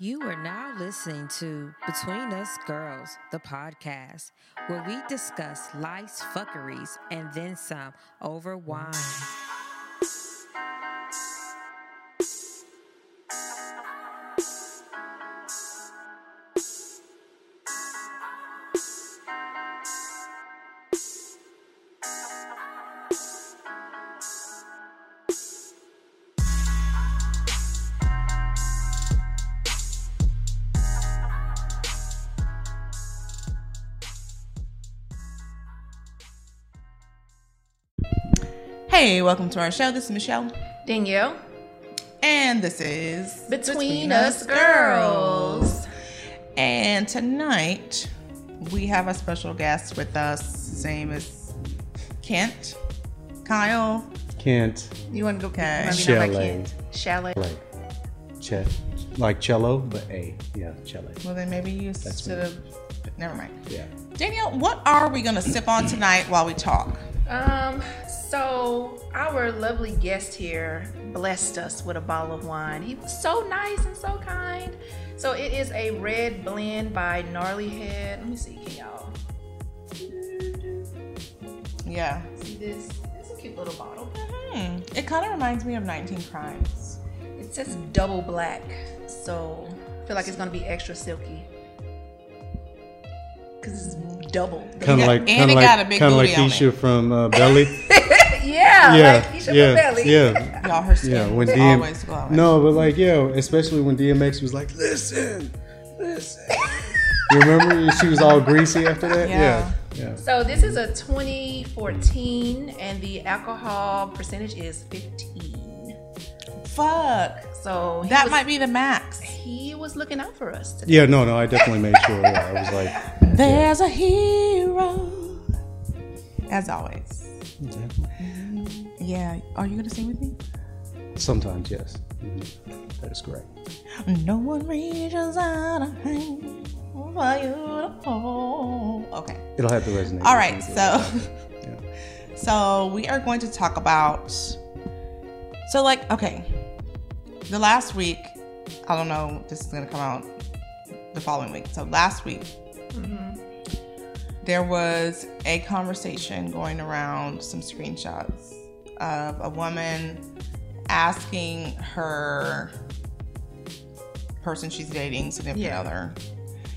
You are now listening to Between Us Girls, the podcast, where we discuss life's fuckeries and then some over wine. Hey, welcome to our show. This is Michelle, Danielle, and this is Between Us Girls. And tonight we have a special guest with us. His name is Kent, Kyle, Can't you want to go? Okay. Maybe not like Chalet. Kent. Chalet. like che- like cello, but a yeah cello. Well, then maybe you should have. Never mind. Yeah, Danielle, what are we going to sip on tonight while we talk? Um, so our lovely guest here blessed us with a bottle of wine. He was so nice and so kind. So it is a red blend by Gnarly Head. Let me see, can y'all Yeah. see this? It's a cute little bottle. Hmm. It kind of reminds me of 19 Crimes. It says double black, so I feel like it's gonna be extra silky. Cause it's double. kind of like and kind it of got a like big kind of like booty on Keisha from uh, Belly. yeah, yeah, like you should yeah, belly. yeah, Y'all, her skin yeah. When is DM, always glowing. no, but like yo, especially when DMX was like, listen, listen. you remember she was all greasy after that? Yeah. yeah. So this is a 2014, and the alcohol percentage is 15. Fuck. So he That was, might be the max. he was looking out for us. Today. Yeah, no, no, I definitely made sure. Yeah, I was like, There's a hero. As always. Yeah. Are you going to sing with me? sometimes yes, Mhm. that is correct. No one reaches out a hand for you to hold. Okay. It'll have to resonate. All with right. people. So, Yeah. so we are going to talk about. So, like, okay. The last week, I don't know, this is going to come out the following week. So, last week, there was a conversation going around some screenshots of a woman asking her person she's dating significant Yeah. other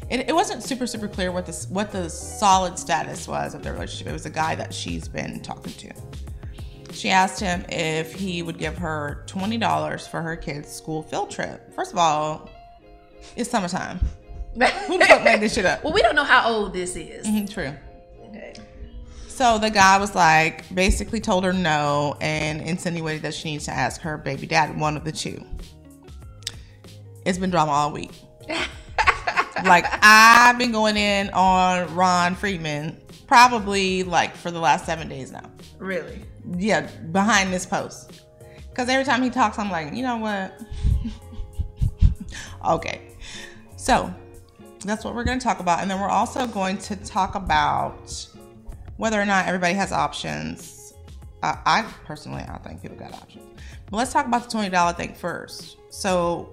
it, it wasn't super super clear what this what the solid status was of their relationship it was a guy that she's been talking to she asked him if he would give her $20 for her kids school field trip first of all it's summertime who the fuck made this shit up well, we don't know how old this is. Mhm, true Okay. so the guy was like, basically told her no and insinuated that she needs to ask her baby dad, one of the two. It's been drama all week. like, I've been going in on Ron Friedman probably like for the last seven days now. Really? Yeah, behind this post. Because every time he talks, I'm like, you know what? okay. So that's what we're going to talk about. And then we're also going to talk about whether or not everybody has options. Uh, I personally, I don't think people got options. But let's talk about the $20 thing first. So,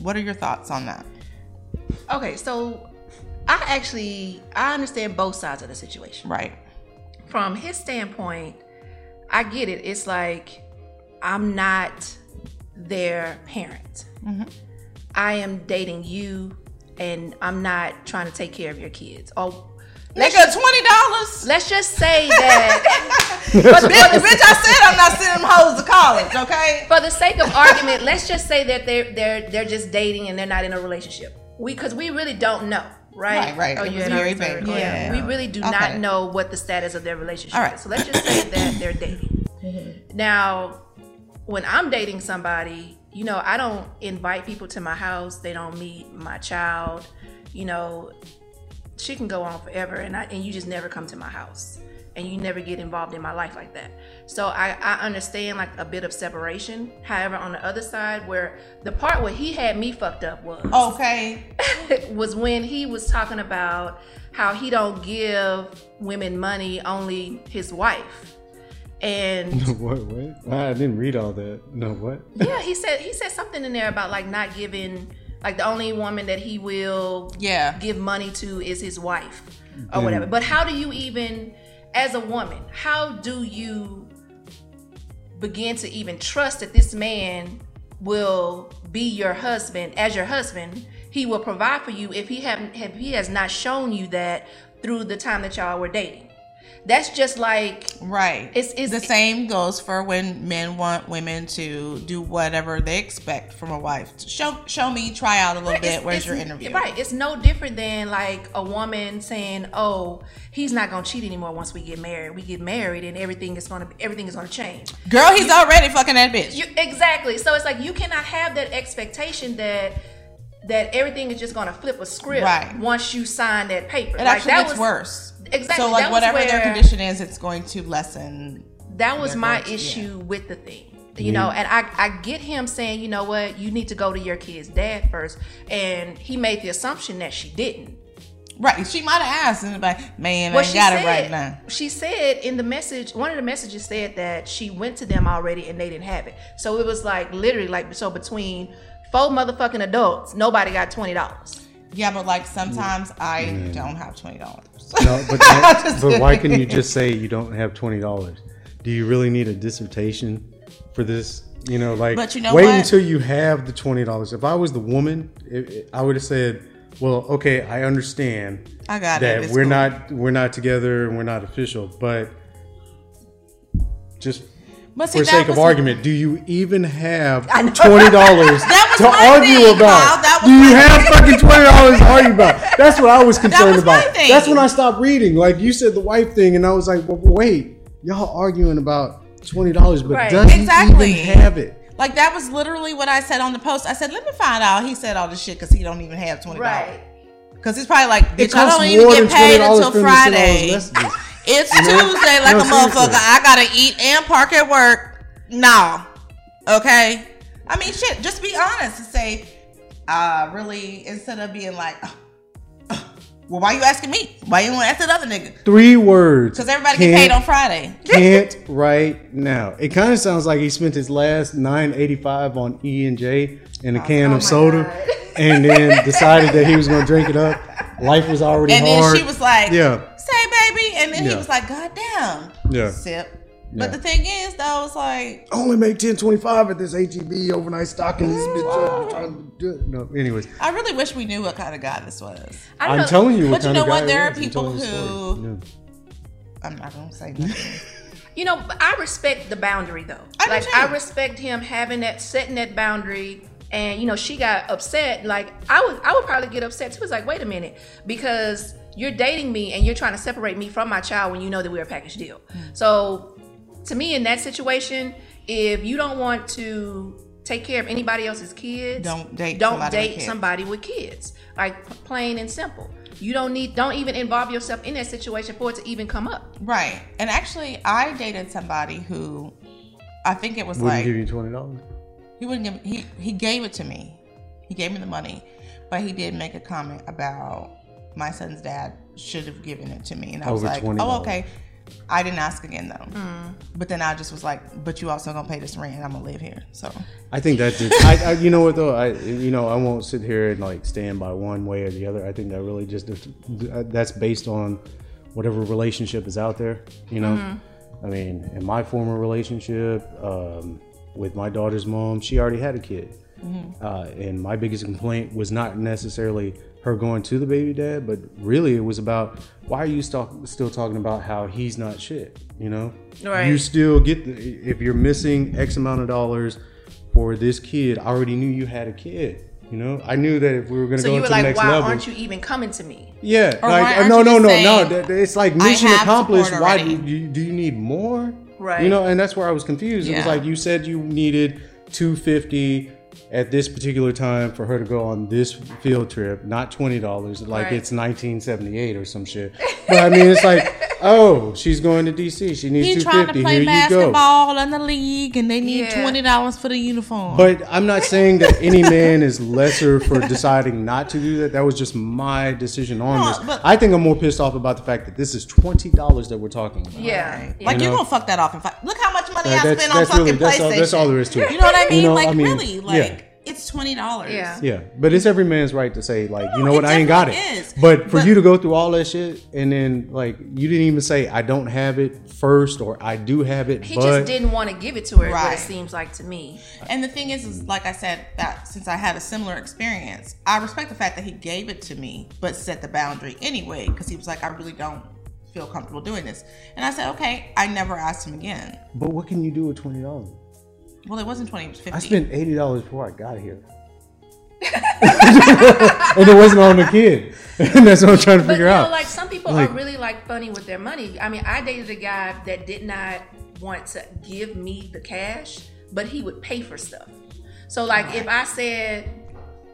what are your thoughts on that? Okay. So I actually I understand both sides of the situation. Right. From his standpoint, I get it. It's like I'm not their parent. I am dating you, and I'm not trying to take care of your kids. Oh, Or let's Nigga, $20? Let's just say that Bitch, bitch, I said I'm not sending them hoes to college, okay? for the sake of argument, let's just say that they're they're they're just dating and they're not in a relationship. We because we really don't know, right? Right, right. It was and very I was vague. like, Yeah. We really do Okay. not know what the status of their relationship All right. is. So let's just say that they're dating. Now, when I'm dating somebody, you know, I don't invite people to my house. They don't meet my child. You know, she can go on forever and I, and you just never come to my house and you never get involved in my life like that so I, I understand like a bit of separation however on the other side where the part where he had me fucked up was Oh. Okay. was when he was talking about how he don't give women money only his wife and what? What? I didn't read all that. No, what? yeah he said he said something in there about like not giving Like the only woman that he will Yeah. give money to is his wife or whatever. But how do you even, as a woman, how do you begin to even trust that this man will be your husband as your husband? He will provide for you if he haven't if he has not shown you that through the time that y'all were dating. That's just like Right. It's- it's- the same goes for when men want women to do whatever they expect from a wife. Show show me, try out a little bit. it's- Where's it's- your interview? Right. It's no different than like a woman saying, "Oh, he's not gonna cheat anymore once we get married. We get married, and everything is gonna everything is gonna change." Girl, he's already fucking that bitch. You, exactly. So it's like you cannot have that expectation that that everything is just gonna flip a script Right. once you sign that paper. it like actually that gets was worse. Exactly, So like that was whatever their where- condition is, it's going to lessen. that was They're my going to- issue with the thing you know and I, I get him saying you know what you need to go to your kid's dad first and he made the assumption that she didn't Right. She might have asked and like, man, I Well, ain't she got said, it right now. She said in the message, one of the messages said that she went to them already and they didn't have it. So it was like literally like so between four motherfucking adults, nobody got twenty dollars. Yeah, but like sometimes I don't have twenty dollars. No, but that, but why can you just say you don't have twenty dollars? Do you really need a dissertation for this? You know, like But you know wait what? until you have the twenty dollars. If I was the woman, it, it- I would have said, "Well, okay, I understand I got it. that It's we're cool. not we're not together and we're not official, but just But see, for that sake was- of argument, do you even have know. twenty dollars That was to my argue thing, about? Kyle. That was do you my have fucking twenty dollars to argue about? That's what I was concerned was my about. thing. That's when I stopped reading. Like you said, the wife thing, and I was like, well, wait, y'all arguing about twenty dollars, but Right. doesn't Exactly. even have it. Like that was literally what I said on the post. I said, "Let me find out." He said all this shit because he don't even have twenty dollars. Because he's probably like, It "Bitch, I costs don't even more get than paid $20 until for him to send all those Friday. messages. It's Tuesday, like a No, motherfucker. seriously. I gotta eat and park at work. Nah, okay. I mean, shit. Just be honest and say, uh, really, instead of being like, "Ugh, ugh, well, why you asking me? Why you want to ask that other nigga? Three words. Because everybody get paid on Friday. can't right now. It kind of sounds like he spent his last nine eighty five on E and J and a Oh, can of soda, and then decided that he was going to drink it up. Life was already And hard. then she was like, "Yeah, say baby. And then he Yeah. was like, God damn. Yeah. Sip. Yeah. But the thing is, though, it's like, I only make ten twenty five at this HEB overnight stocking. This bitch uh, trying to do it." No, anyways, I really wish we knew what kind of guy this was. I don't I'm know. telling you what But you kind know of guy what? it There are was. I'm people telling the story. who- Yeah. I'm not going to say nothing. you know, but I respect the boundary though. I do like too. I respect him having that setting that boundary. And you know, she got upset. Like I would I would probably get upset too. It's like, wait a minute, because you're dating me and you're trying to separate me from my child when you know that we're a package deal. Mm. So to me in that situation, if you don't want to take care of anybody else's kids, Don't date don't somebody with date kids. somebody with kids. Like p- plain and simple. You don't need don't even involve yourself in that situation for it to even come up. right. And actually, I dated somebody who I think it was Wouldn't like, give you twenty dollars. he wouldn't give he, he gave it to me. He gave me the money. But he did make a comment about my son's dad should have given it to me. And I was Over like, $20. oh, okay. I didn't ask again though. But then I just was like, but you also gonna pay this rent and I'm gonna live here. So I think that did. I, I, you know what though? I, you know, I won't sit here and like stand by one way or the other. I think that really just that's based on whatever relationship is out there. You know, I mean, in my former relationship um, with my daughter's mom, she already had a kid, uh, and my biggest complaint was not necessarily her going to the baby dad, but really it was about why are you st- still talking about how he's not shit? You know, Right. You still get the, if you're missing X amount of dollars for this kid. I already knew you had a kid. You know, I knew that if we were going to So go you to were the like, next why level, aren't you even coming to me? yeah, Or why like uh, aren't no, you no, just no, no. saying, that- that- It's like "I mission have accomplished. support Why do already"? you, do you need more? Right. You know, and that's where I was confused. It was Yeah. like you said you needed two fifty at this particular time for her to go on this field trip, not twenty dollars. Like Right. it's nineteen seventy eight or some shit. But I mean, it's like, oh, she's going to DC. She needs He's two trying to fifty. play Here you go. basketball in the league, and they need Yeah. twenty dollars for the uniform. But I'm not saying that any man is lesser for deciding not to do that. That was just my decision on No, this. but- I think I'm more pissed off about the fact that this is twenty dollars that we're talking about. Yeah. yeah. like you you are know- gonna fuck that off. And fuck. Look how much money That- I that's spent on that's fucking really that's all, PlayStation. that's all there is to it. You know what I mean? know, like I mean, really, yeah. like it's twenty dollars. Yeah. Yeah, but it's every man's right to say like, you know it what, I ain't got it. definitely is. But for But- you to go through all that shit and then like you didn't even say I don't have it first or I do have it, He but just didn't want to give it to her. is What Right. it seems like to me. Right. And the thing is, is like I said, that since I had a similar experience, I respect the fact that he gave it to me, but set the boundary anyway, because he was like, I really don't feel comfortable doing this. And I said, okay, I never asked him again. but what can you do with twenty dollars? Well, it wasn't 20, it was 50. I spent eighty dollars before I got here. and it wasn't on the kid. and that's what I'm trying to But you figure know, out. like some people Like- are really like funny with their money. I mean, I dated a guy that did not want to give me the cash, but he would pay for stuff. So like if I said,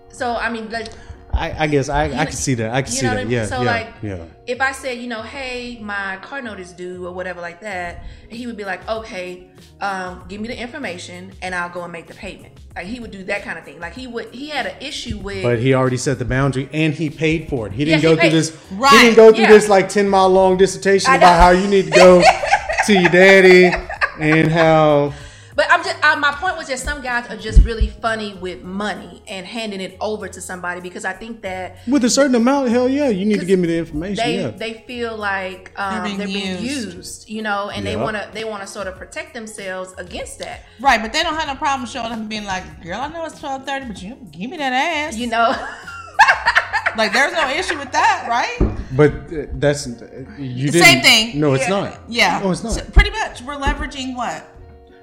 so I mean, like, I, I guess I, I know- can see that. I can you see know what I that. mean? Yeah, So, yeah, like, yeah. if I said, you know, hey, my car note is due or whatever like that, he would be like, okay, um, give me the information and I'll go and make the payment. Like he would do that kind of thing. Like he would, he had an issue with. But he already set the boundary, and he paid for it. He didn't Yeah, go he through paid- this. He Right, didn't go through yeah. this like ten mile long dissertation I about know. how you need to go to your daddy and how. But I'm just I, my point was just some guys are just really funny with money and handing it over to somebody because I think that With a certain amount, hell yeah, you need to 'Cause give me the information. they yeah, they feel like um, being they're being, used. used. you know, and they Yeah. wanna they wanna sort of protect themselves against that, right, but they don't have no problem showing up and being like, girl, I know it's 1230, but you give me that ass. you know. Like, there's no issue with that, right? but uh, that's uh, you didn't. Same thing. No, it's Yeah. not. Yeah. no, Oh, it's not. So pretty much, we're leveraging what?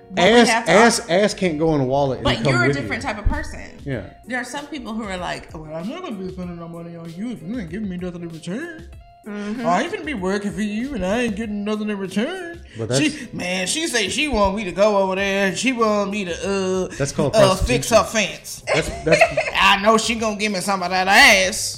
what we ass, have to ass, offer. ass can't go in a wallet. But and come you're a with different you. type of person. Yeah. There are some people who are like, Oh, well, I'm not gonna be spending no money on you if you ain't giving me nothing in return. I ain't gonna be working for you and I ain't getting nothing in return. But she, man, she say she want me to go over there and she want me to uh, That's called uh fix prostitution. her fence. That's, that's I know she gonna give me some of that ass.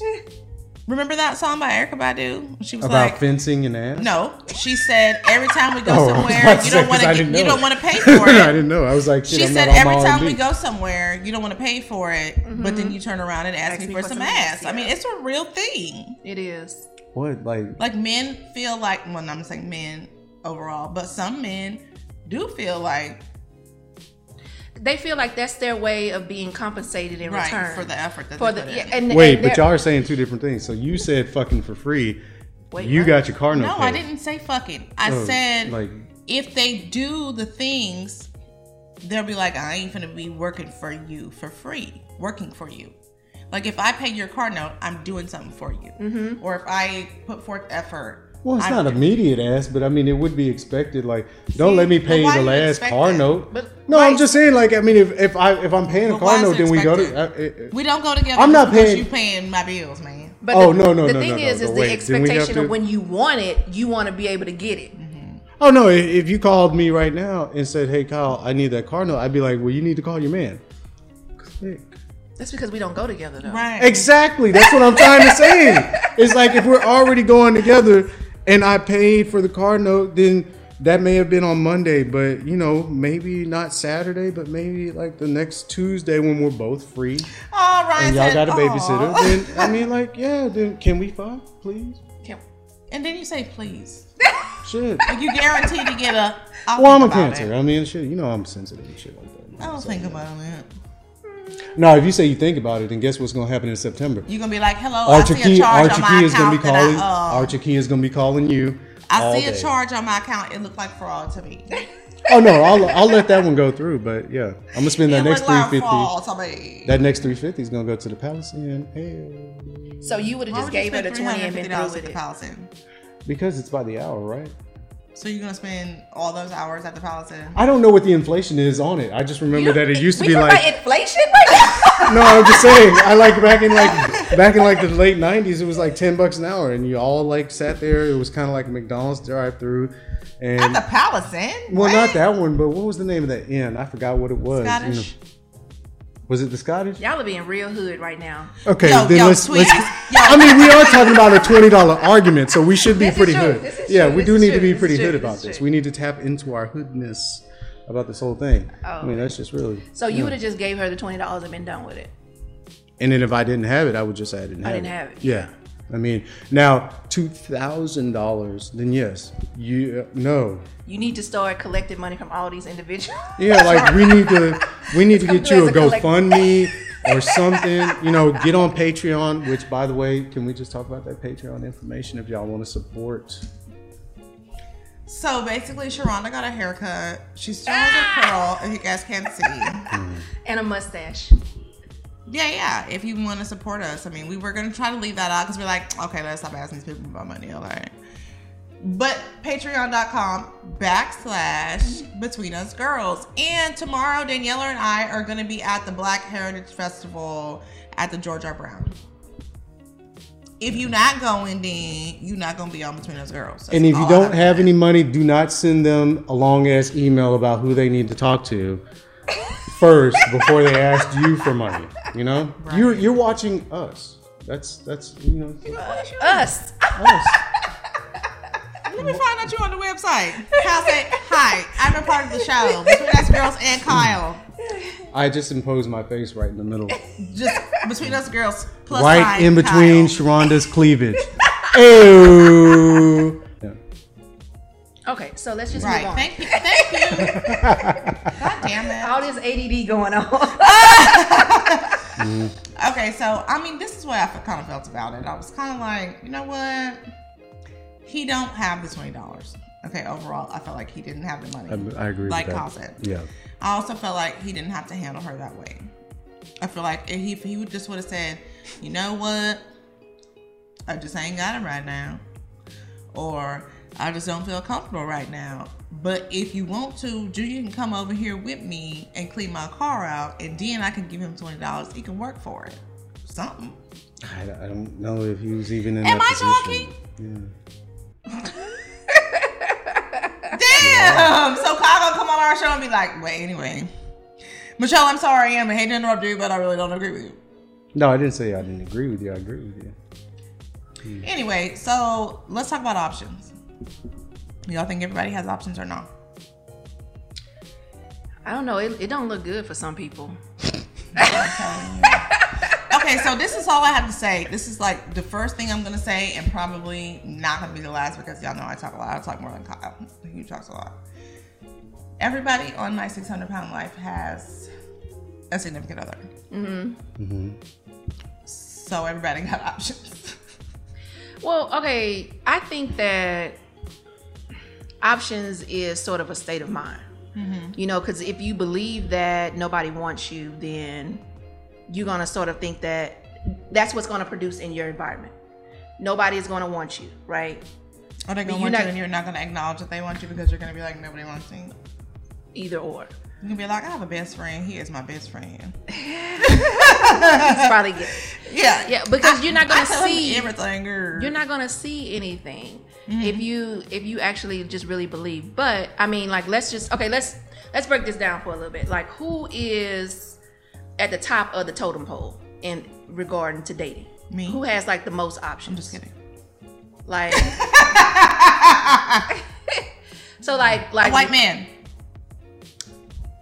Remember that song by Erica Badu? She was about like, fencing and ass. no, she said every time we go Oh, I was about somewhere, to you say, don't 'cause want I to didn't you know. don't want to pay for I it. didn't know. I was like, shit, She I'm said not on every my time R&B. we go somewhere, you don't want to pay for it, but then you turn around and Mm-hmm. ask me for, some ass. I mean, it's a real thing. It is. What like Like men feel like, well, I'm saying men overall, but some men do feel like They feel like that's their way of being compensated in right return for the effort that for they the put yeah, in. and Wait, and but they're- y'all are saying two different things. So you said fucking for free. Wait, you what? got your car note. no, I paid. didn't say fucking. I Oh, said like if they do the things, they'll be like, I ain't gonna be working for you for free, working for you. Like if I pay your car note, I'm doing something for you. Or if I put forth effort. well, it's I'm not immediate ass, but I mean it would be expected. Like, don't See, let me but pay why the you last expect car that? note. But no, why- I'm just saying. Like, I mean, if, if I if I'm paying a But why car is note, it then we go expected? to. I, it, We don't go together. I'm not because paying- You paying my bills, man. But Oh, the, no, no, The no, thing no, no, is, no, is wait. the Then we have expectation to- of when you want it, you want to be able to get it. oh no! i- If you called me right now and said, "Hey, Kyle, I need that car note," I'd be like, "Well, you need to call your man." Click. That's because we don't go together though. Right. Exactly. That's what I'm trying to say. It's like if we're already going together and I paid for the car note, then that may have been on Monday, but you know, maybe not Saturday, but maybe like the next Tuesday when we're both free All right. and y'all got a babysitter. Aww. Then I mean, like, yeah, then can we fuck, please? Can't- And then you say please. Shit. You guaranteed to get a. I'll Well, I'm a think about cancer. it. I mean, shit, you know I'm sensitive and shit like that. I don't think about it. No, if you say you think about it, then guess what's gonna happen in September? You're gonna be like, hello. Archer I see a Key, charge on Archer my Key is gonna be account that calling. I, um, Archer Key is gonna be calling you. all I see a day. charge on my account. It looked like fraud to me. Oh no, I'll I'll let that one go through. But yeah, I'm gonna spend that it next looked three like fifty. fraud to me. That next three fifty is gonna go to the palace and hey, So you would have Why just would you gave her spend the twenty and been $350 through at with the it. Palisade? because it's by the hour, right? So you're gonna spend all those hours at the Palisade? I don't know what the inflation is on it. I just remember that it used to we be talking like about inflation right now. no, I'm just saying. I like back in like back in like the late '90s, it was like ten bucks an hour, and you all like sat there. It was kind of like a McDonald's drive-through, and At the Palisade? well, What? not that one, but what was the name of that inn? I forgot what it was. you know. Scottish? Was it the Scottish? Y'all are being real hood right now. Okay, Yo, then yo, let's, sweet. let's. I mean, we are talking about a twenty dollar argument, so we should be This is pretty true. hood. This is yeah, true. we This do is need to true. be This is pretty true. hood This about is this. true. We need to tap into our hoodness about this whole thing. Oh. I mean, that's just really. So you yeah. would have just gave her the twenty dollars and been done with it. And then if I didn't have it, I would just say I didn't have didn't it. have it. Yeah. I mean, now two thousand dollars. Then yes, you uh, no. You need to start collecting money from all these individuals. Yeah, like we need to we need to Come get through you a as a collect- GoFundMe. or something. You know, get on Patreon. Which, by the way, can we just talk about that Patreon information if y'all want to support? So basically, Sharonda got a haircut. She still has a curl, if you guys can see. and a mustache. Yeah, yeah. If you want to support us, I mean, we were gonna try to leave that out because we're like, okay, let's stop asking these people about money, all right? But Patreon.com backslash Between Us Girls. And tomorrow, Daniela and I are gonna be at the Black Heritage Festival at the George R. Brown. If you're not going, then you're not gonna be on Between Us Girls. That's And if you all I don't to have say. any money, do not send them a long ass email about who they need to talk to first before they ask you for money. You know, you're you're watching us. That's that's you know Us. us. Let me find out you on the website. Kyle said, Hi, I'm a part of the show. Between Us Girls and Kyle. I just imposed my face right in the middle, Just Between Us Girls plus right sign in between Kyle. Sharonda's cleavage. Ew. Yeah. Okay, so let's just Right. move on. Thank you. Thank you. God damn All this ADD going on. it. Okay, so I mean, this is what I kind of felt about it. I was kind of like, you know what? He don't have the twenty dollars. Okay, overall, I felt like he didn't have the money. I, I agree. Like with that. Kyle said. Yeah. I also felt like he didn't have to handle her that way. I feel like if he if he would just would have said, you know what, I just ain't got it right now, or I just don't feel comfortable right now. But if you want to, do you can come over here with me and clean my car out, and then I can give him twenty dollars. He can work for it, something. I, I don't know if he was even in Am that I position. Damn. So Kyle gonna come on our show and be like, wait, anyway, Michelle, I'm sorry, I'm I hate to interrupt you, but I really don't agree with you. No, I didn't say I didn't agree with you. I agree with you. Anyway, so let's talk about options. Y'all think everybody has options or not? I don't know. It, it don't look good for some people. Okay, so this is all I have to say. This is like the first thing I'm gonna say, and probably not gonna be the last because y'all know I talk a lot. I talk more than Kyle. He talks a lot. Everybody on my 600 pound life has a significant other. Mm-hmm. So everybody got options. Well, okay. I think that options is sort of a state of mind. You know, because if you believe that nobody wants you, then you're going to sort of think that that's what's going to produce in your environment. Nobody is going to want you, right? Or they're Oh, gonna You're want not- you, and you're not gonna acknowledge that they want you because you're gonna be like, nobody wants me. Either or. You're gonna be like, I have a best friend. He is my best friend. It's probably good. Yeah, Yeah, because you're not I going to tell him see. everything, girl. you're not gonna see anything Mm-hmm. if you if you actually just really believe but i mean like let's just okay let's let's break this down for a little bit like who is at the top of the totem pole in regarding to dating Me. who has like the most options I'm just kidding. like so like like White man.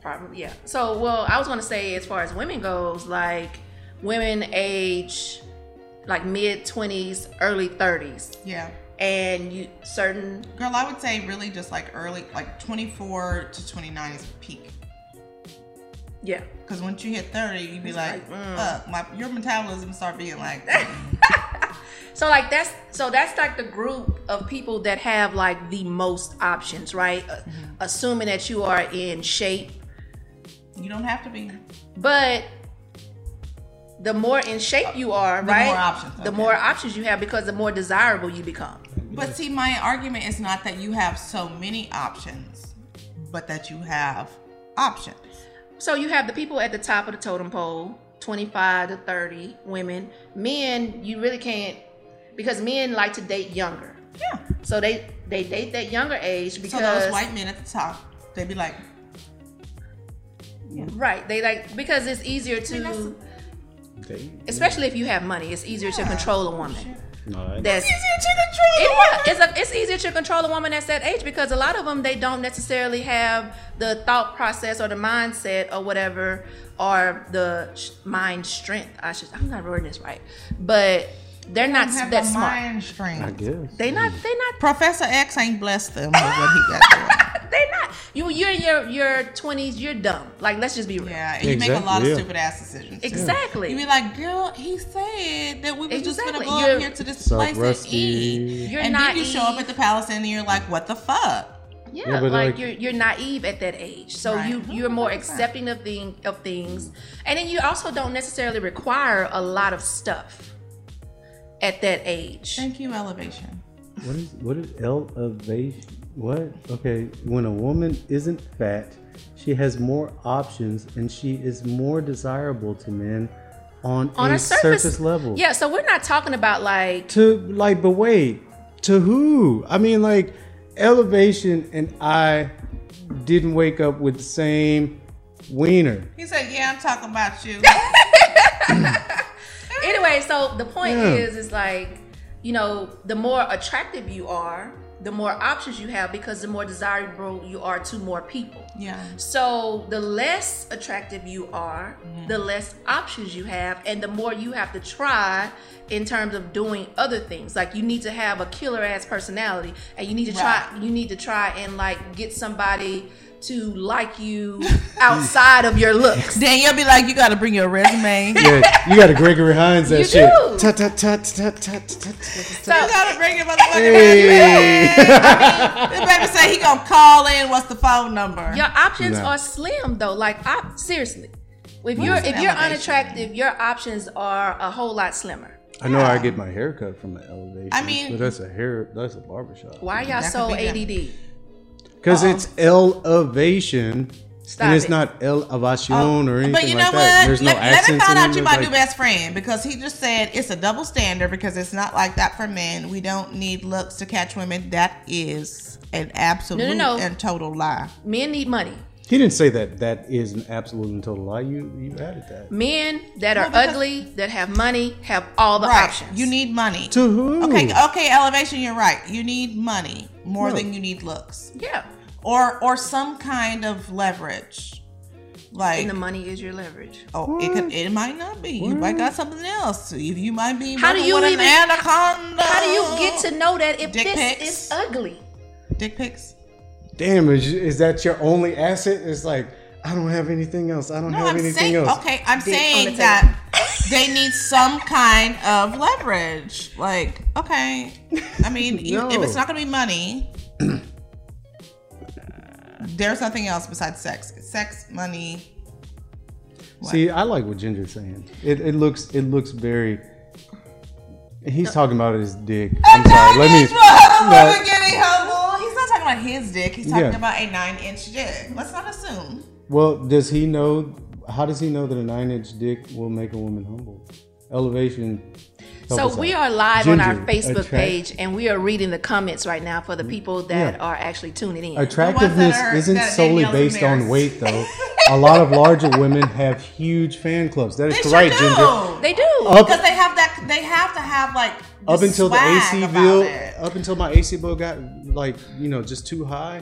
Probably, yeah. So, well, I was gonna say, as far as women goes, like women age like mid twenties, early thirties, Yeah. and you certain Girl, I would say really just like early, like 24 to 29 is peak. yeah. Because once you hit 30, you'd be like, like, mm. fuck, my, your metabolism start being like, So like that's so that's like the group of people that have like the most options, right? Uh, Mm-hmm. Assuming that you are in shape, you don't have to be. but the more in shape you are, The right? more options, The okay. more options you have because the more desirable you become. But see, my argument is not that you have so many options, but that you have options. So you have the people at the top of the totem pole, 25 to 30 women. Men, you really can't because men like to date younger. Yeah. So they they date that younger age So because those white men at the top, they'd be like, right, they like because it's easier to They, especially if you have money, it's easier to control a woman. no, I- That's easier to control. It wa- it's, a, it's easier to control a woman that's that age because a lot of them they don't necessarily have the thought process or the mindset or whatever or the sh- mind strength. I should I'm not wording this right, but they're not Have that the smart. mind strength. I guess. They not they not Professor X ain't blessed them with what he got going. they not. You you're in your your twenties. You're dumb. Like let's just be real. Yeah, and you make a Exactly, lot of yeah. stupid ass decisions. too. Exactly. You be like, girl, he said that we was just gonna Exactly. go You're- up here to this Suck, place and Rusty. eat, You're and then you show up naive. at the palace and you're like, what the fuck? Yeah, Yeah, like, but, like- you're you're naive at that age, so Right. you No, you're more 100%. accepting of thing of things, and then you also don't necessarily require a lot of stuff at that age. Thank you, elevation. What is what is elevation? What? Okay, when a woman isn't fat, she has more options and she is more desirable to men on, On a, surface, level. yeah. So we're not talking about like To like, but wait, to who? I mean, like, elevation and I didn't wake up with the same wiener. He said, yeah, I'm talking about you. anyway. So the point Yeah. is, is like you know, the more attractive you are, the more options you have because the more desirable you are to more people. yeah. So the less attractive you are, Mm-hmm. the less options you have, and the more you have to try in terms of doing other things. Like you need to have a killer ass personality, and you need to try. You need to try and like get somebody to like you outside of your looks. Then you'll be like, you gotta bring your resume. you Yeah, you got a Gregory Hines that You shit. do. Ta ta ta ta ta ta ta. ta. So gotta bring your motherfucking Hey. resume. I mean, the baby say he gonna call in. What's the phone number? your options No. are slim though. Like I, seriously, if you're is if you're elevation? unattractive, your options are a whole lot slimmer. I know I get my hair cut from an elevation. I mean- but that's a hair. That's a barbershop. Why y'all That could so be them. ADD? Because it's elevation. Stop and it's it. not elevation or anything Oh, But you know like what? that. There's no let, let me accents find in out it. you It's my like- new best friend because he just said it's a double standard because it's not like that for men. We don't need looks to catch women. That is an absolute no. and total lie. Men need money. He didn't say that. That is an absolute and total lie. You you added that Men that are because- ugly, that have money, have all the options. You need money. to who? okay, okay, elevation. You're right. You need money more No. than you need looks, yeah, or or some kind of leverage. Like and the money is your leverage. Oh, it could. It might not be. You might got something else. You, you might be. How do working you with even- An anaconda. How do you get to know that if Dick this pics? is ugly? dick pics? Damn, is, is that your only asset? It's like I don't have anything else. I don't No, have I'm anything saying. else. Okay, I'm Dick on the saying table. that they need some kind of leverage. Like, okay, I mean, you- if it's No. not gonna be money, there's nothing else besides sex. Sex, money. See, I like what Ginger's saying. It, it looks it looks very. He's talking about his dick. Oh, I'm sorry. Let me. We're getting humble. He's not talking about his dick. He's talking Yeah. about a nine-inch dick. Let's not assume. Well, does he know? How does he know that a nine-inch dick will make a woman humble? Elevation. help us so we out. are live on our Ginger, Facebook attract- page, and we are reading the comments right now for the people that Yeah. are actually tuning in. Attractiveness are- isn't that solely Danielle's based on embarrassed. weight, though. a lot of larger women have huge fan clubs. That is They correct, should Ginger. do. they do. Up, because they have that. They have to have like up this until the swag AC about bill, it. up until my AC bill got like you know just too high,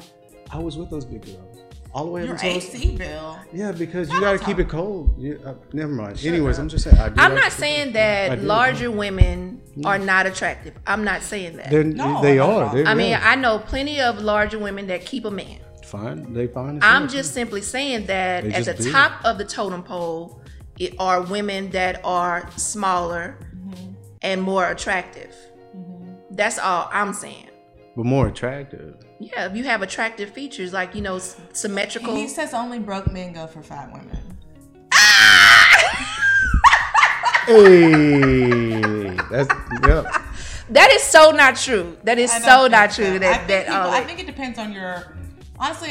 I was with those big girls all the way up Your until. AC bill. Yeah, because you got to keep it cold. You, uh, never mind. Anyways, I'm just saying. I do I'm like- not saying I that do. larger women are not attractive. I'm not saying that. They're, No, they not at are. all. They're, I mean, yeah. I know plenty of larger women that keep a man. fine. They fine. as I'm hell. just simply saying that They at the just do. top of the totem pole it are women that are smaller Mm-hmm. and more attractive. That's all I'm saying. but more attractive. Yeah, if you have attractive features like you know s- symmetrical. He says only broke men go for fat women. Hey, that's yeah. that is so not true. That is I don't so think not so. true. I That think that people- all I that. think it depends on your. Honestly,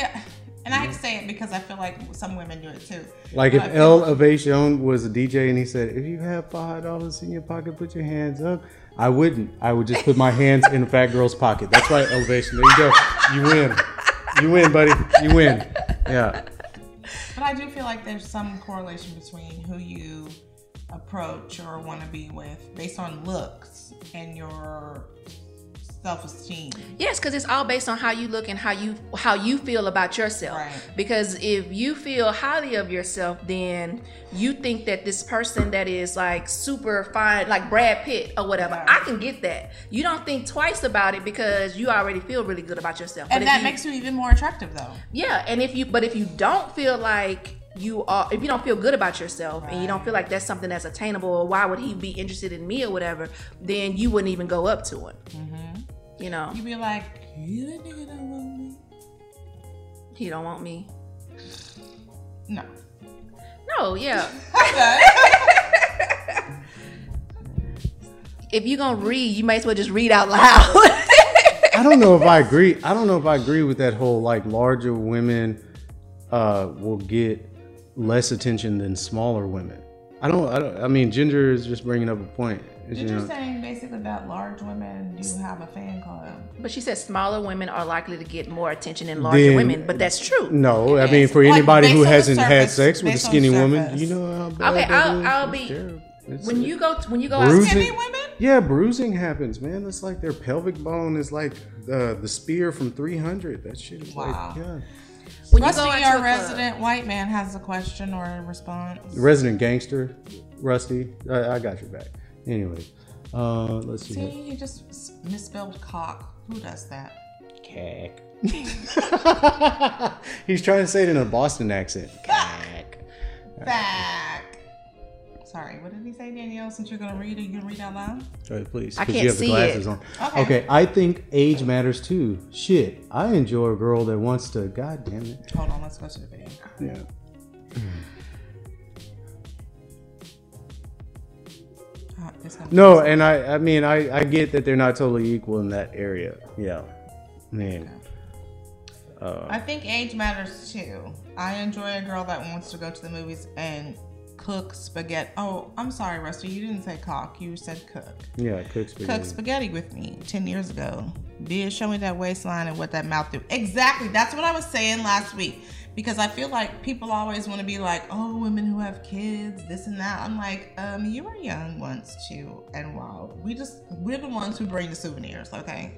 and I hate to say it because I feel like some women do it too. Like if But I feel- Elevation was a DJ and he said, "If you have five dollars in your pocket, put your hands up." I wouldn't. I would just put my hands in a fat girl's pocket. That's right, Elevation. There you go. You win. You win, buddy. You win. Yeah. But I do feel like there's some correlation between who you approach or want to be with based on looks and your self esteem. Yes, because it's all based on how you look and how you how you feel about yourself. Right. Because if you feel highly of yourself, then you think that this person that is like super fine, like Brad Pitt or whatever, Right. I can get that. You don't think twice about it because you already feel really good about yourself. But And if that you- makes you even more attractive, though. yeah. And if you but if you don't feel like you are if you don't feel good about yourself and you don't feel like that's something that's attainable or why would he be interested in me or whatever, then you wouldn't even go up to him. Mm-hmm. You know, You'd be like, you that nigga don't want me. he don't want me. No. No, yeah. if you're gonna read, you may as well just read out loud. I don't know if I agree. I don't know if I agree with that whole like larger women uh, will get less attention than smaller women. I don't. I, don't, I mean, Ginger is just bringing up a point. you You're know. just saying basically that large women do have a fan club. but she said smaller women are likely to get more attention than larger Then- women, but that's true. No, I Yes. mean for Like, anybody based who on the hasn't had surface- sex with a based on skinny woman, surface. you know how bad Okay, that I'll- is. I'll It's be- terrible. It's- When you go when you go Bruising. out Skinny women? yeah, bruising happens, man. It's like their pelvic bone is like the the spear from 300. That shit is Wow. like yeah. when you Rusty, go into a our club- resident white man, has a question or a response. Resident gangster, Rusty. I, I got your back. Anyway, uh, let's See, see. you just s- misspelled cock. Who does that? Cack. He's trying to say it in a Boston accent. Cack. Back. Sorry, what did he say, Danielle? Since you're gonna read it, you can read out loud. All right, please. I 'cause can't you have see the glasses it. on. Okay. Okay. I think age matters too. Shit, I enjoy a girl that wants to. God damn it. Hold on, let's go to the video. Yeah. Uh, it's gonna- No, and I, I mean, I, I get that they're not totally equal in that area. Yeah. Man. I think age matters too. I enjoy a girl that wants to go to the movies and cook spaghetti. Oh, I'm sorry, Rusty. You didn't say cock. You said cook. Yeah, cook spaghetti. Cook spaghetti with me 10 years ago. Bitch, show me that waistline and what that mouth do. Exactly. That's what I was saying last week. Because I feel like people always want to be like, oh, women who have kids, this and that. I'm like, um, you were young once too and wild. We just, we're the ones who bring the souvenirs, okay?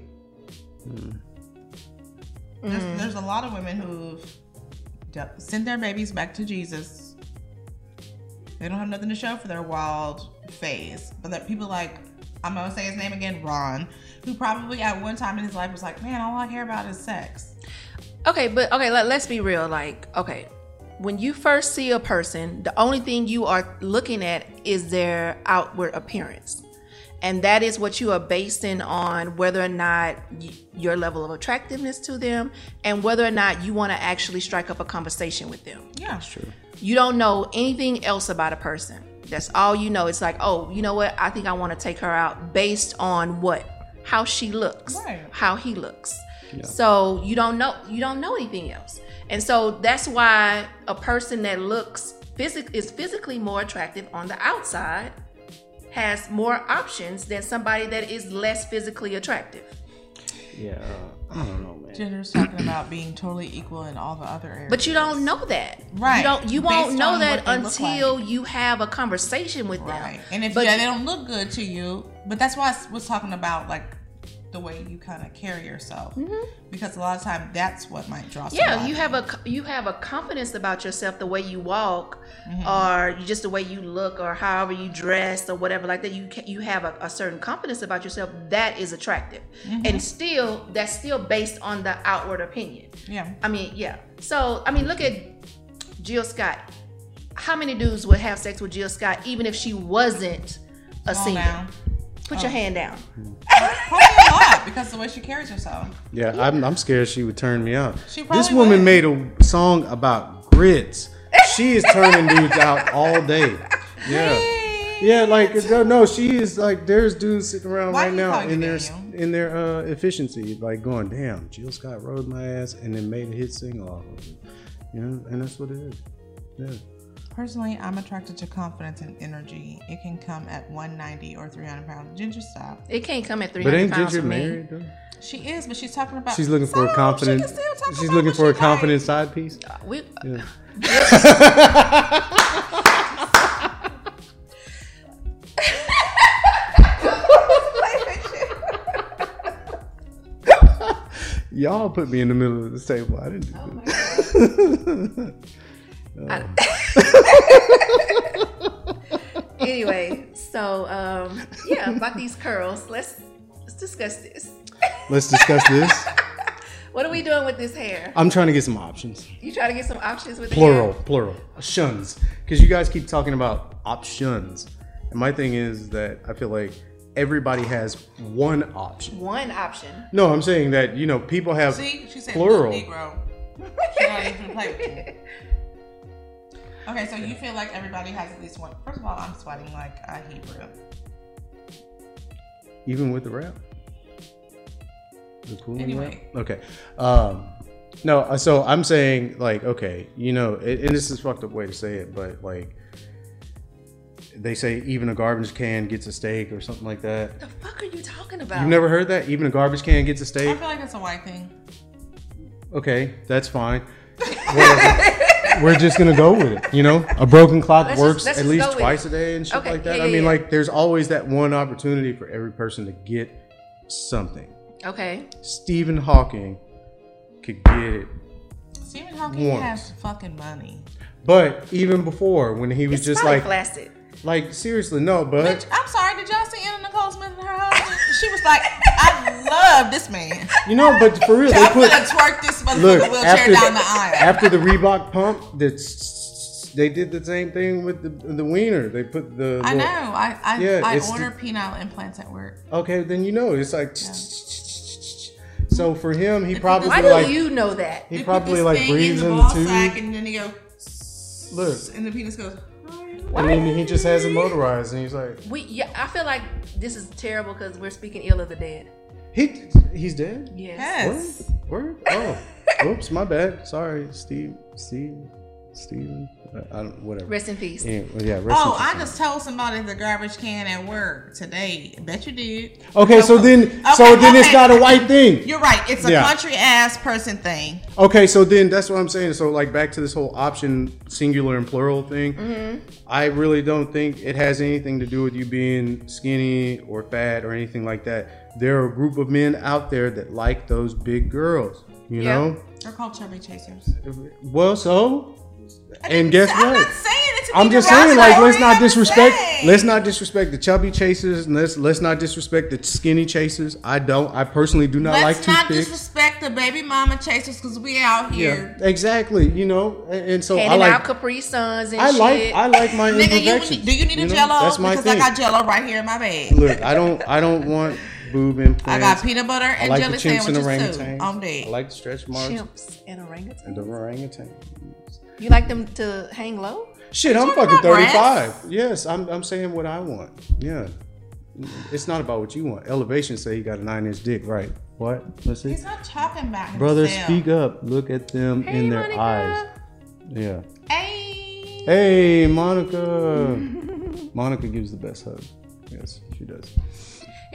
There's, there's a lot of women who've d- sent their babies back to Jesus. They don't have nothing to show for their wild phase. But that people like, I'm gonna say his name again, Ron, who probably at one time in his life was like, man, all I care about is sex. Okay, but okay, let, let's be real. Like, okay, when you first see a person, the only thing you are looking at is their outward appearance. And that is what you are basing on whether or not y- your level of attractiveness to them and whether or not you want to actually strike up a conversation with them. Yeah, True. You don't know anything else about a person. That's all you know. It's like, oh, you know what? I think I want to take her out based on what? How she looks. Right. How he looks. So you don't know you don't know anything else. And so that's why a person that looks physic is physically more attractive on the outside has more options than somebody that is less physically attractive. Yeah. uh, I don't know, man. Jenner's talking about being totally equal in all the other areas. But you don't know that. Right. You don't you Based won't know on that what they look until you have a conversation with right, them. and if But yeah, they don't look good to you, but that's why I s- was talking about like the way you kind of carry yourself, because a lot of time that's what might draw. Mm-hmm. yeah somebody. you have a you have a confidence about yourself the way you walk or just the way you look or however you dress or whatever like that you ca- you have a, a certain confidence about yourself that is attractive and still that's still based on the outward opinion yeah. i mean yeah so i mean look at jill scott how many dudes would have sex with jill scott even if she wasn't a Fall singer down. put your hand down Probably a lot because the way she carries herself. Yeah, I'm, I'm scared she would turn me out. She probably this woman would. made a song about grits. She is turning dudes out all day. Yeah. Yeah, like uh, no, no, she is like there's dudes sitting around Why right do you now call you in their Daniel? in their uh, efficiency, like going, damn, Jill Scott rode my ass and then made a hit single off of it. You know, and that's what it is. Yeah. Personally, I'm attracted to confidence and energy. It can come at 190 or 300 pounds. Ginger style. it can't come at 300 But ain't pounds Ginger for me. married though? She is, but she's talking about. She's looking for So, a she confident. can still talk She's about looking what for a she confident side piece. we y'all put me in the middle of the table. I didn't do this. anyway, so um, yeah, about these curls. Let's let's discuss this. Let's discuss this. What are we doing with this hair? I'm trying to get some options. You try to get some options with the hair? Plural, plural. Shuns. Because you guys keep talking about options. And my thing is that I feel like everybody has one option. One option. No, I'm saying that, you know, people have See, she said plural. plural. Negro. She not even play with you. Okay, so you feel like everybody has at least one. First of all, I'm sweating like a Hebrew. Even with the rap? The cool Anyway. rap? Okay. Um, no, uh, so I'm saying, like, okay, you know, it, and this is a fucked up way to say it, but, like, they say even a garbage can gets a steak or something like that. The fuck are you talking about? You've never heard that? Even a garbage can gets a I steak? feel like it's a white thing. Okay, that's fine. Whatever. We're just gonna go with it, you know. A broken clock Let's just- works let's at just least go with twice it. a day and shit Okay, like that. yeah, I yeah, mean, yeah. like, there's always that one opportunity for every person to get something. Okay. Stephen Hawking could get it. Stephen Hawking Once. has fucking money. But even before, when he was It's just like, plastic. like seriously, no, Bitch, but I'm sorry. Did y'all see Anna Nicole Smith and her husband? She was like, I love this man. you know, but for real, they I'm put gonna twerk this motherfucker look wheelchair after down the the- aisle. after the Reebok pump. The, they did the same thing with the the wiener. They put the I little- know. I I, Yeah, I it's the- order penile implants at work. Okay, then you know it's like. So for him, he probably Why do like you know that? he They put probably this like thing breathes in the in the ball tube, sack, and then he go. Look. And the penis goes. and then he just has it motorized, and he's like, We, yeah, I feel like this is terrible because we're speaking ill of the dead. he he's dead. Yes. Yes. Word? Oh, oops, my bad. Sorry, Steve, Steve, Steven. I I don't whatever. Rest in peace. Anyway, yeah. rest Oh, in peace. I just told somebody the garbage can at work today. Bet you did. Okay, so then, so Okay, then it's okay. not a white thing. You're right. It's a Yeah. country ass person thing. Okay, so then that's what I'm saying. So like back to this whole option singular and plural thing. Mm-hmm. I really don't think it has anything to do with you being skinny or fat or anything like that. There are a group of men out there that like those big girls, you Yeah. know? They're called chubby chasers. Well, so and guess I'm what? not saying it to I'm be just saying, like, let's derogatory. not I'm just disrespect. saying. Let's not disrespect the chubby chasers, and let's let's not disrespect the skinny chasers. I don't. I personally do not like Let's toothpicks. not disrespect the baby mama chasers because we out here. exactly. You know, and, and so Handing I like. out Capri Suns and I like shit. I like my Nigga, imperfections. you, do you need a know? jello? That's my because thing. I got jello right here in my bag. Look, I don't I don't want boob implants. I got peanut butter I and like jelly the chimps and sandwiches orangutans. too. I'm dead. I like the stretch marks chimps and orangutans. and the orangutan. You like them to hang low? Shit, I'm talking fucking about breasts? 35. Yes, I'm I'm saying what I want. Yeah. It's not about what you want. Elevation say he got a nine inch dick, right? What? Let's see. He's not talking about himself. Brother, speak up. Look at them in their Monica. eyes. Yeah. Hey. Hey, Monica. Monica gives the best hug. Yes, she does.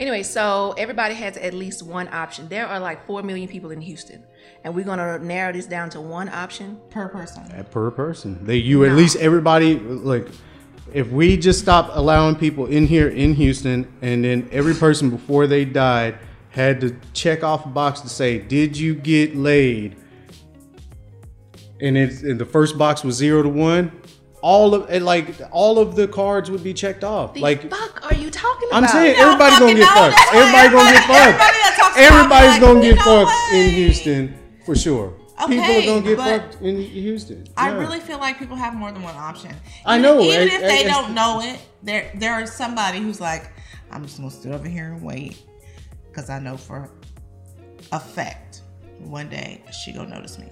Anyway, so everybody has at least one option. There are like four million people in Houston, and we're gonna narrow this down to one option. Per person. At per person. They you at least everybody like if we just stop allowing people in here in Houston and then every person before they died had to check off a box to say, Did you get laid? And it's and the first box was zero to one, all of and like all of the cards would be checked off. The like fuck are you talking about? I'm saying No, everybody's gonna fucking get no, that's fucked. what Everybody gonna get everybody- fucked. everybody that talks about Everybody's black, gonna get no fucked in way. Houston for sure. People are Okay, gonna get but- fucked in Houston. I Yeah. really feel like people have more than one option. I Even- know, Even I- if they I- don't know it, there there is somebody who's like, I'm just gonna sit over here and wait, because I know for a fact one day she gonna notice me.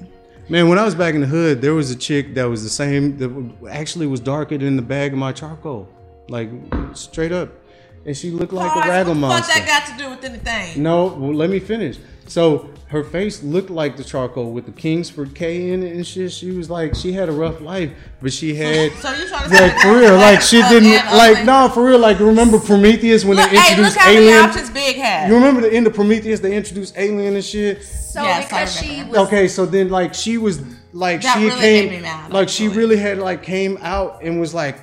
Man, when I was back in the hood, there was a chick that was the same. That w- actually was darker than the bag of my charcoal, like straight up, and she looked like Guys, a raggle what the monster. Fuck that got to do with anything? No, well, let me finish. So her face looked like the charcoal with the Kingsford K in it and shit. She was like, she had a rough life, but she had. So you trying to say Like for real, like she didn't like no for real. Like remember Prometheus when Look, hey, they look introduced how many alien? options Big had. You remember the end of Prometheus? They introduced alien and shit. so Yes, because I she remember. was Okay, so then like she was like That she really came made me mad, like she actually. really had like came out and was like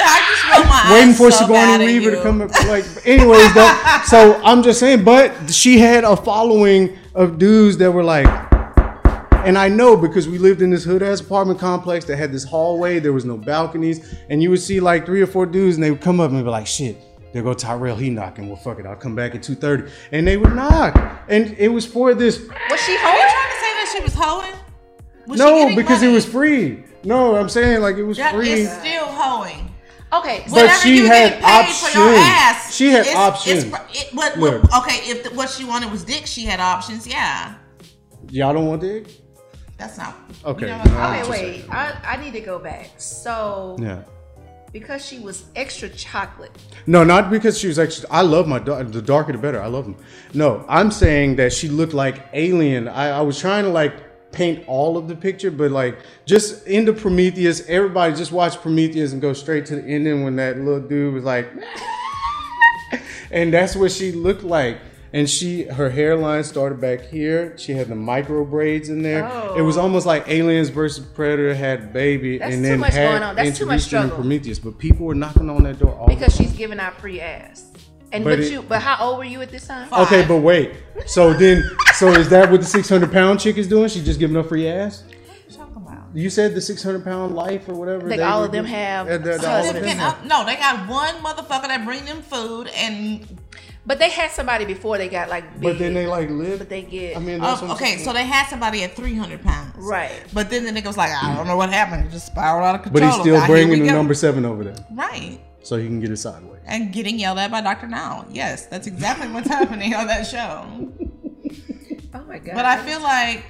I just roll my waiting eyes for so bad Sigourney at Weaver you. to come. up- Like, anyways, that, so I'm just saying, but she had a following of dudes that were like, and I know because we lived in this hood ass apartment complex that had this hallway. There was no balconies, and you would see like three or four dudes, and they would come up and be like, "Shit." There go Tyrell, he knocking. Well, fuck it, I'll come back at 2.30. And they would knock. And it was for this Was she Are you hoeing? trying to say that she was hoeing? Was she No, getting because it money? was free. No, I'm saying like it was That free. is still hoeing. Okay, But so Whenever she you get had paid For your options. ass, She had it's- options. It's, fr- it, what, Look. what- okay, if the, what she wanted was dick, she had options. Yeah, Y'all don't want dick? that's not. Okay. You know, no, I'm okay, just wait. saying. I, I need to go back. So Yeah. because she was extra chocolate, No, not because she was actually. I love my da- the darker the better. I love them. No, I'm saying that she looked like alien. I, I was trying to like paint all of the picture, but like just into Prometheus. Everybody just watch Prometheus and go straight to the ending when that little dude was like, and that's what she looked like. And she, her hairline started back here. She had the micro braids in there. It was almost like Aliens versus Predator had baby, Oh. That's and too then much had going on. That's too much introduced you to struggle. Prometheus. But people were knocking on that door all the because time. she's giving out free ass. And But but, it- you, but how old were you at this time? Fuck. Okay, but wait. So then, so is that what the 600 pound chick is doing? She just giving up free ass? What are you talking about? You said the 600 pound life or whatever? Like they all were of them doing? have Uh, that- that all of them Significant have. up- no, they got one motherfucker that bring them food, and But they had somebody before they got like big. But then they like live. But they get- I mean, that's oh, what I'm okay, saying. so they had somebody at three hundred pounds, Right. But then the nigga was like, I don't know what happened. It just spiraled out of control. But he's Now, still here bringing we the go. number seven over there, right, so he can get it sideways. and getting yelled at by Doctor Now. Yes, that's exactly what's happening on that show. oh my god! But I feel like,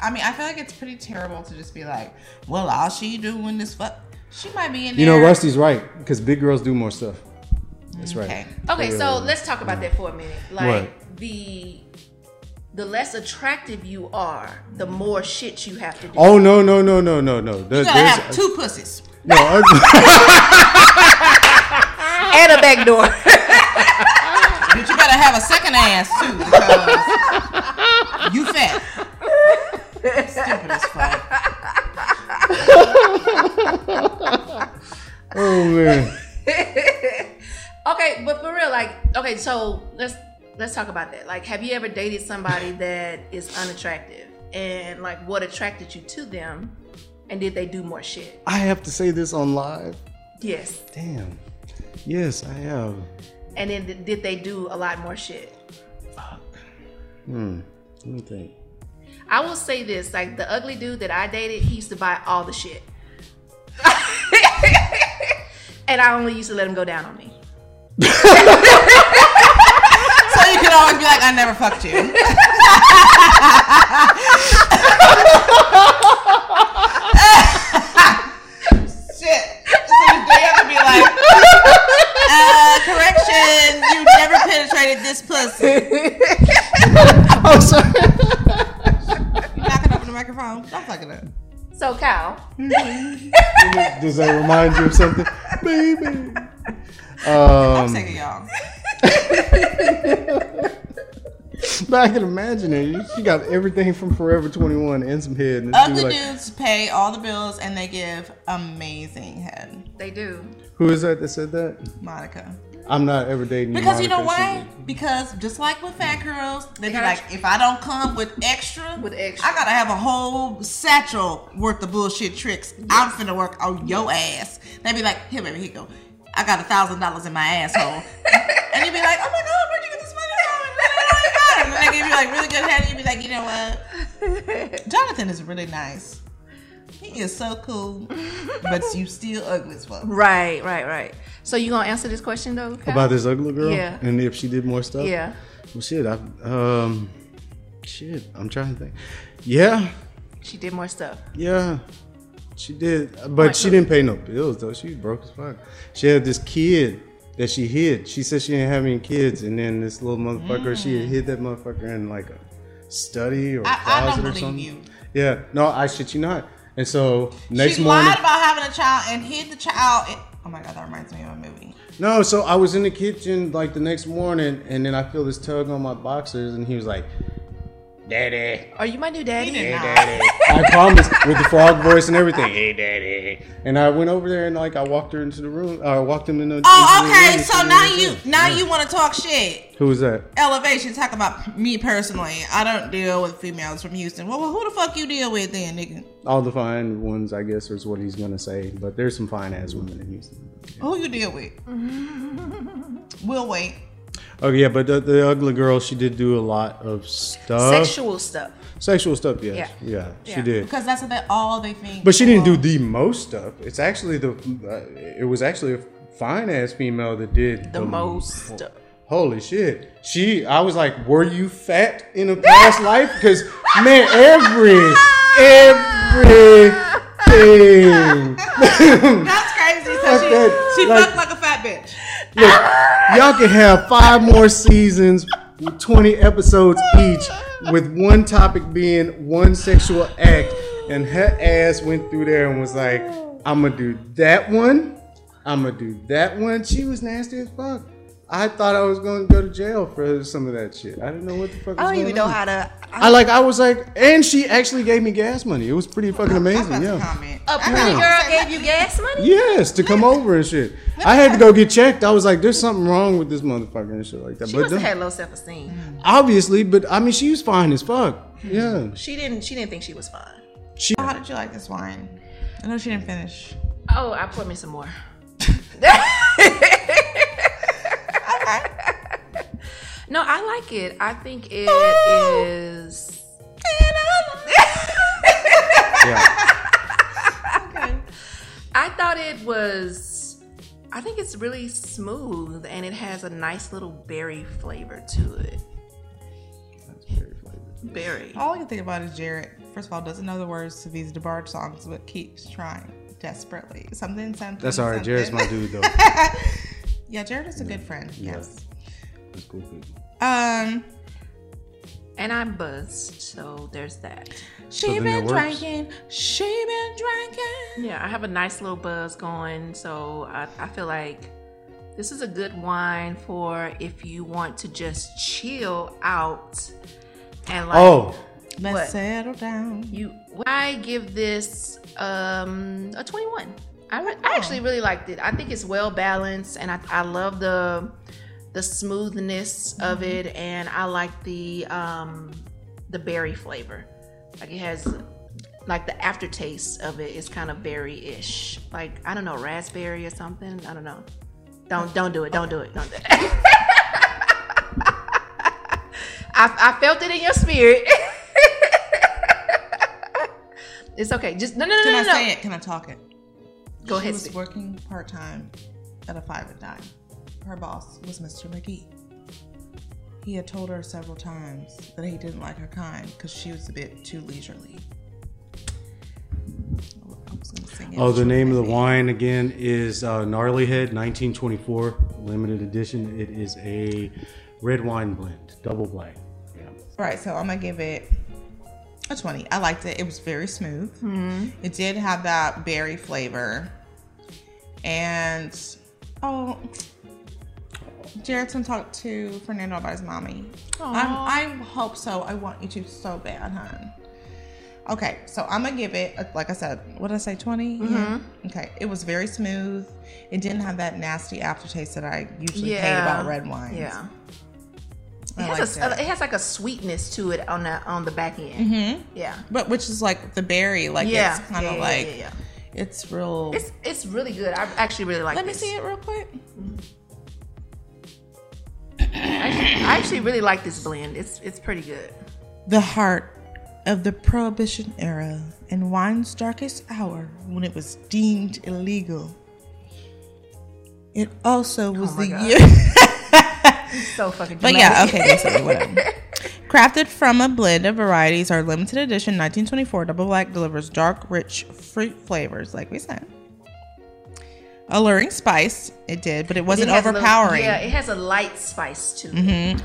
I mean, I feel like it's pretty terrible to just be like, well, all she doing is fuck. She might be in there. You know, Rusty's right because big girls do more stuff. That's right. Okay. Okay, so Yeah. let's talk about that for a minute. Like the the less attractive you are, the more shit you have to do. Oh no no no no no no. There, You gotta there's- have two pussies. no, I- And a back door. But you gotta have a second ass too because you fat. Stupid as fuck. oh man. okay, but for real, like, okay, so let's let's talk about that. Like, have you ever dated somebody that is unattractive? And like what attracted you to them? And did they do more shit? I have to say this on live. Yes. Damn. Yes, I have. And then th- did they do a lot more shit? Hmm. Let me think. I will say this, like the ugly dude that I dated, he used to buy all the shit. and I only used to let him go down on me. So you can always be like, I never fucked you. Shit. So you dare to be like, uh, correction, you never penetrated this pussy. Oh, sorry. You knocking over the microphone. Don't fuck it up. So Kyle, Does that remind you of something? Baby. I'm Um, sick of y'all. but I can imagine it. You- She got everything from Forever 21 and some head. And this Ugly dude Um, like, dudes pay all the bills and they give amazing head. they do. Who is that that said that? Monica. I'm not ever dating Because you know Monica, she- why? Because just like with fat girls, they be gotta- like, if I don't come with extra, With extra. I gotta have a whole satchel worth of bullshit tricks. I'm finna work on your ass. They be like, here, baby, here you go. I got a thousand dollars in my asshole, and you be like, oh my god, where'd you get this money from? And they give you like really good head, and you be like, you know what? Jonathan is really nice. He is so cool, but you still ugly as fuck. Right, right, right. So you gonna answer this question though? Kyle? About this ugly girl? Yeah. And if she did more stuff? Yeah. Well, shit. I, um, shit. I'm trying to think. Yeah. She did more stuff. Yeah. She did. uh, But she didn't pay no bills, though. She was broke as fuck. She had this kid that she hid. She said she didn't have any kids. And then this little motherfucker, she had hid that motherfucker in like a study or a Mm. I- I don't closet or believe something. you. Yeah. No, I shit you not. And so next she morning. lied about having a child and hid the child. In- oh my god, that reminds me of a movie. No, so I was in the kitchen like the next morning, and then I feel this tug on my boxers, and he was like, daddy. Are you my new daddy? did not. daddy. I promise, with the frog voice and everything. Hey, daddy. And I went over there and like I walked her into the room. I walked him into. Oh, into the room okay. and So she now was you there. now you want to talk shit. Who was that? Elevation. Talk about me personally. I don't deal with females from Houston. Well, well who the fuck you deal with then, nigga? All the fine ones, I guess, is what he's gonna say. But there's some fine ass women in Houston. Who you deal with? we'll wait. Oh yeah, but the, the ugly girl, she did do a lot of stuff, Sexual stuff. sexual stuff. Yes. Yeah. Yeah, Yeah. she did. Because that's what they, all they think. But she didn't do the most stuff. It's actually the, uh, it was actually a fine ass female that did The oh. most. stuff. Holy shit. She, I was like, were you fat in a past life? Because, man, every, everything. That's crazy. So that, she she like- fucked like a fat bitch. Look, y'all can have five more seasons with 20 episodes each, with one topic being one sexual act. And her ass went through there and was like, I'm going to do that one. I'm going to do that one. She was nasty as fuck. I thought I was going to go to jail for some of that shit. I didn't know what the fuck was I don't going even know on. how to. I like I was like, and she actually gave me gas money. It was pretty fucking I'm about amazing. to Yeah. comment. A I pretty know. girl gave you gas money? Yes, to come over and shit. I had to go get checked. I was like, there's something wrong with this motherfucker and shit like that. She but must have then- had low self esteem. obviously, but I mean, she was fine as fuck. Yeah. She didn't. She didn't think she was fine. She, How did you like this wine? I know she didn't finish. Oh, I poured me some more. no, I like it. I think it is. yeah. I thought it was. I think it's really smooth and it has a nice little berry flavor to it. Berry. All I can think about is Jared. First of all, doesn't know the words to these DeBarge songs, but keeps trying desperately. Something, something. That's all right. Jared's my something. dude, though. Yeah, Jared is a good friend. Yes. That's cool. dude. Um, And I'm buzzed, so there's that. she then it been works. drinking. She been drinking. Yeah, I have a nice little buzz going, so I, I feel like this is a good wine for if you want to just chill out and like Oh, Let's What? settle down. you. I give this um, a 21. I, re- I actually really liked it. I think it's well balanced, and I, I love the the smoothness Mm-hmm. of it, and I like the um, the berry flavor. Like it has like the aftertaste of it is kind of berry-ish. Like I don't know, raspberry or something. I don't know. Don't don't do it. Don't do it. Don't do it. I, I felt it in your spirit. it's okay. Just no no no Can no I no. say it? Can I talk it? Go she ahead. was Steve. working part time at a five and dime. Her boss was Mr. McGee. He had told her several times that he didn't like her kind because she was a bit too leisurely. Oh, I was gonna sing it. oh, the name of the wine again is uh, Gnarly Head 1924 limited edition. It is a red wine blend, double black. Yeah. All right, so I'm gonna give it a 20. I liked it. It was very smooth. Mm-hmm. It did have that berry flavor, and oh, Jared's gonna talk to Fernando about his mommy. I'm, I hope so. I want you to so bad, hon. Okay, so I'm gonna give it, uh, like I said, what did I say, 20? Mm-hmm. Yeah. Okay, it was very smooth. It didn't have that nasty aftertaste that I usually hate Yeah. about red wines. Yeah. It I has, like a s- uh, that. it has like a sweetness to it on the on the back end. Mm-hmm. Yeah. But which is like the berry, like Yeah. it's kind of Yeah, yeah, like yeah, yeah. it's real. It's it's really good. I actually really like Let me this. see it real quick. I actually really like this blend. It's it's pretty good. The heart of the Prohibition era and wine's darkest hour when it was deemed illegal. It also was Oh my the God. year. So fucking But dramatic. yeah, okay, basically, whatever. Crafted from a blend of varieties, our limited edition 1924 Double Black delivers dark, rich fruit flavors, like we said. Alluring spice, it did, but it It wasn't has a little- overpowering. Mm-hmm. yeah, it has a light spice to it.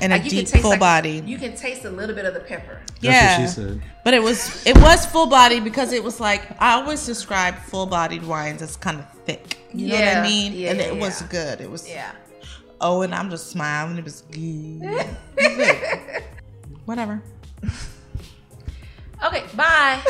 and Like a you can deep, taste full like- body. You can taste a little bit of the pepper. That's what she said. But it was it was full body because it was like I always describe full bodied wines as kind of thick. You know what Yeah, I mean? yeah, and yeah, it was yeah. good. It was Yeah. oh, and I'm just smiling. It was good. It was good. Whatever. Okay, bye.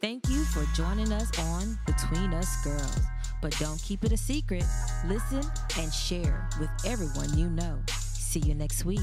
Thank you for joining us on Between Us Girls. But don't keep it a secret. Listen and share with everyone you know. See you next week.